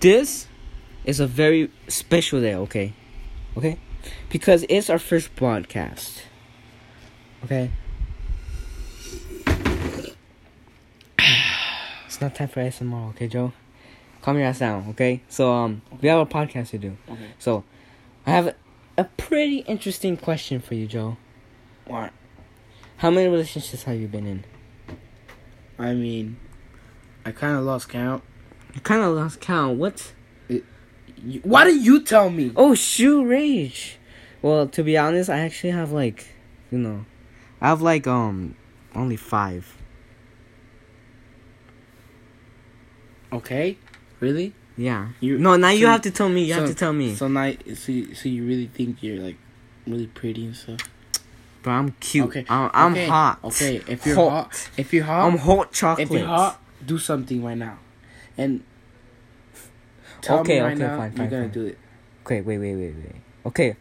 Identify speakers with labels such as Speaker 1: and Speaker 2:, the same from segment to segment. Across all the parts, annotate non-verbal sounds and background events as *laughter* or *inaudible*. Speaker 1: this is a very special day, okay? Okay? Because it's our first broadcast. Okay? *sighs* It's not time for ASMR, okay, Joe? Calm your ass down, okay? So, um, we have a podcast to do.
Speaker 2: Okay.
Speaker 1: So, I have a, a pretty interesting question for you, Joe.
Speaker 2: What?
Speaker 1: How many relationships have you been in?
Speaker 2: I mean, I kind of lost count.
Speaker 1: You kind of lost count. What?
Speaker 2: You, why did you tell me?
Speaker 1: Oh, shoe rage. Well, to be honest, I actually have like, you know, I have like um only five.
Speaker 2: Okay. Really?
Speaker 1: Yeah.
Speaker 2: You
Speaker 1: No, now you
Speaker 2: so-
Speaker 1: have to tell me. You have
Speaker 2: so-
Speaker 1: to tell me.
Speaker 2: So now, so you- so you really think you're like really pretty and stuff?
Speaker 1: Bro, I'm cute.
Speaker 2: Okay.
Speaker 1: I'm, I'm
Speaker 2: okay.
Speaker 1: hot.
Speaker 2: Okay. If you're
Speaker 1: Hot.
Speaker 2: hot, if you're hot,
Speaker 1: I'm hot chocolate.
Speaker 2: if you're hot, do something right now, and tell
Speaker 1: Okay,
Speaker 2: me right
Speaker 1: okay,
Speaker 2: now
Speaker 1: fine,
Speaker 2: you're
Speaker 1: fine,
Speaker 2: gonna
Speaker 1: fine.
Speaker 2: do it.
Speaker 1: Okay, wait, wait, wait, wait. Okay,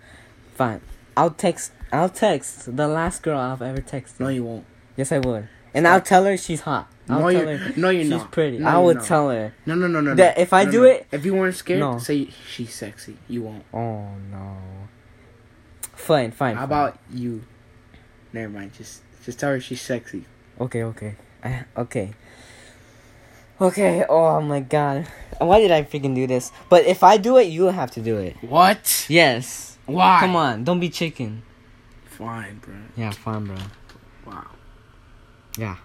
Speaker 1: fine. I'll text. I'll text the last girl I've ever texted.
Speaker 2: No, you won't.
Speaker 1: Yes, I would. And I'll tell her she's hot. I'll
Speaker 2: No,
Speaker 1: tell
Speaker 2: you're-
Speaker 1: her
Speaker 2: no, you're
Speaker 1: she's
Speaker 2: not.
Speaker 1: pretty.
Speaker 2: No,
Speaker 1: I
Speaker 2: you're
Speaker 1: would
Speaker 2: not.
Speaker 1: tell her.
Speaker 2: No, no, no, no.
Speaker 1: That
Speaker 2: no.
Speaker 1: if I
Speaker 2: No,
Speaker 1: do
Speaker 2: no.
Speaker 1: it-
Speaker 2: if you weren't scared,
Speaker 1: No.
Speaker 2: say she's sexy. You won't.
Speaker 1: Oh no. Fine, fine.
Speaker 2: How
Speaker 1: fine.
Speaker 2: about you? Never mind. Just just tell her she's sexy.
Speaker 1: Okay, okay. I, okay. Okay, oh my god. Why did I freaking do this? But if I do it, you have to do it.
Speaker 2: What?
Speaker 1: Yes.
Speaker 2: Why?
Speaker 1: Come on, don't be chicken.
Speaker 2: Fine, bro.
Speaker 1: Yeah, fine, bro.
Speaker 2: Wow.
Speaker 1: Yeah.